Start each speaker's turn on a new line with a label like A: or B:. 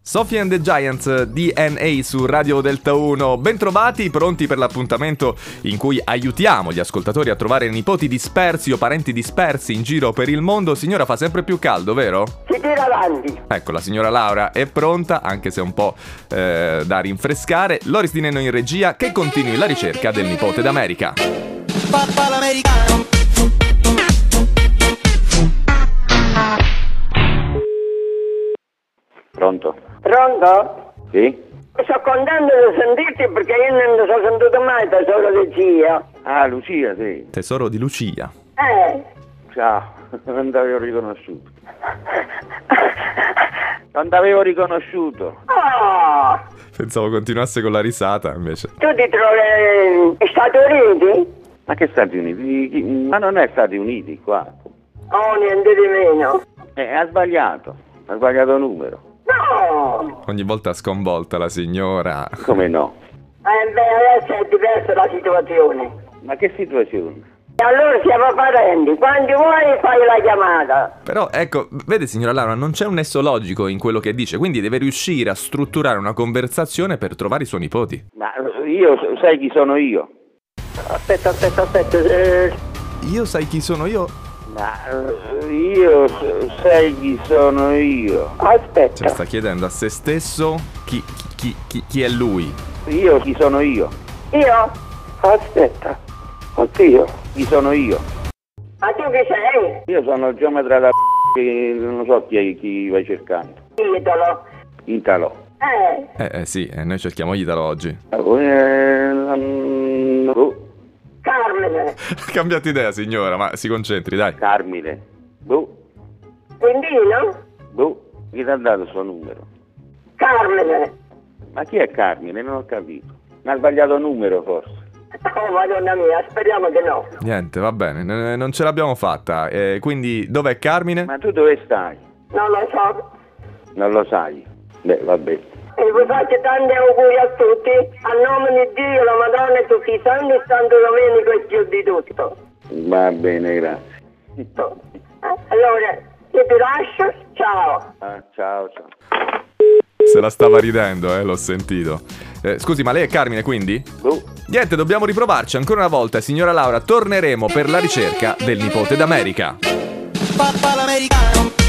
A: Sophie and the Giants DNA su Radio Delta 1. Bentrovati, pronti per l'appuntamento in cui aiutiamo gli ascoltatori a trovare nipoti dispersi o parenti dispersi in giro per il mondo. Signora, fa sempre più caldo, vero?
B: Si tira avanti.
A: Ecco, la signora Laura è pronta, anche se un po' eh, da rinfrescare. Loris Di Neno in regia, che continui la ricerca del nipote d'America.
C: Papà l'americano.
D: Pronto?
B: Pronto?
D: Sì?
B: Sto contento di sentirti perché io non lo so sentito mai tesoro di zio.
D: Ah, Lucia, sì.
A: Tesoro di Lucia.
B: Eh.
D: Ciao, non t'avevo riconosciuto. Non t'avevo riconosciuto.
B: Oh,
A: Pensavo continuasse con la risata, invece.
B: tu ti trovi in Stati Uniti?
D: Ma che Stati Uniti? Di chi- Ma non è Stati Uniti qua.
B: Oh, niente di meno.
D: Eh, ha sbagliato. Ha sbagliato numero.
B: No.
A: Ogni volta sconvolta la signora.
D: Come no?
B: Eh, beh, adesso è diversa la situazione.
D: Ma che situazione?
B: E allora siamo parenti. Quando vuoi fai la chiamata.
A: Però ecco, vede signora Laura, non c'è un nesso logico in quello che dice, quindi deve riuscire a strutturare una conversazione per trovare i suoi nipoti.
D: Ma eh, io, so- sai chi sono io?
B: Aspetta, aspetta, aspetta. eh,
A: Io sai chi sono io?
D: Ma eh, io, so- sai chi sono io?
A: Cioè,
B: aspetta.
A: sta chiedendo a se stesso chi, chi, chi, chi è lui.
D: Io chi sono io?
B: Io?
D: Aspetta. Oddio. Chi sono io?
B: Ma tu chi sei?
D: Io sono il geometra da che non so chi, è- chi vai cercando.
B: Titolo.
D: Italo.
B: Eh.
A: Eh, eh sì, eh, noi cerchiamo Italo oggi.
D: Eh, mm, boh,
B: Carmine.
A: Cambiate idea signora, ma si concentri, dai.
D: Carmine. Boh,
B: Quindino?
D: boh. Chi ti ha dato il suo numero?
B: Carmine.
D: Ma chi è Carmine? Non ho capito. Mi ha sbagliato numero forse.
B: Oh, madonna mia, speriamo che no.
A: Niente, va bene, n- non ce l'abbiamo fatta. Eh, quindi dov'è Carmine?
D: Ma tu dove stai?
B: Non lo so.
D: Non lo sai. Beh, vabbè.
B: E vi faccio tanti auguri a tutti, a nome di Dio, la Madonna e tutti i santi, e Santo Domenico e più di tutto.
D: Va bene, grazie.
B: Eh, Allora, io ti lascio, ciao.
D: Ah, ciao, ciao.
A: Se la stava ridendo, eh, l'ho sentito. Eh, scusi, ma lei è Carmine quindi?
D: Boh,
A: Niente, dobbiamo riprovarci ancora una volta, signora Laura, torneremo per la ricerca del nipote d'America.
C: Papà l'americano.